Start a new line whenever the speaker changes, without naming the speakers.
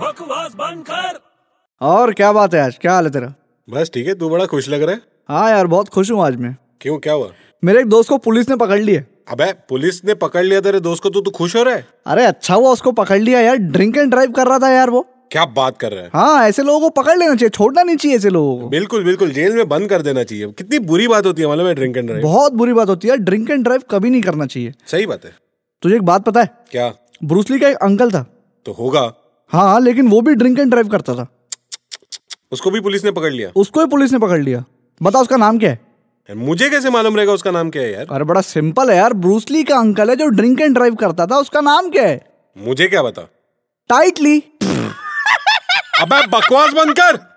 बकवास बंद कर
और क्या बात है आज क्या हाल है तेरा
बस ठीक है तू बड़ा खुश लग रहा है
हाँ यार बहुत खुश हूँ आज मैं
क्यों क्या हुआ
मेरे एक दोस्त को पुलिस ने पकड़ लिया हाँ,
अबे पुलिस ने पकड़ लिया तेरे दोस्त को तो तू खुश हो रहा है
अरे अच्छा हुआ उसको पकड़ लिया यार ड्रिंक एंड ड्राइव कर रहा था यार वो
क्या बात कर रहा है
हाँ ऐसे लोगों को पकड़ लेना चाहिए छोड़ना नहीं चाहिए ऐसे लोगों को
बिल्कुल बिल्कुल जेल में बंद कर देना चाहिए कितनी बुरी बात होती है मालूम है ड्रिंक एंड ड्राइव
बहुत बुरी बात होती है ड्रिंक एंड ड्राइव कभी नहीं करना चाहिए
सही बात है
तुझे एक बात पता है
क्या
ब्रूसली का एक अंकल था
तो होगा
हाँ हाँ लेकिन वो भी ड्रिंक एंड ड्राइव करता था
उसको भी पुलिस ने पकड़ लिया
उसको ही पुलिस ने पकड़ लिया बता उसका नाम क्या है
मुझे कैसे मालूम रहेगा उसका नाम क्या है यार
अरे बड़ा सिंपल है यार ब्रूसली का अंकल है जो ड्रिंक एंड ड्राइव करता था उसका नाम क्या है
मुझे क्या बता
टाइटली
अबे बकवास बंद कर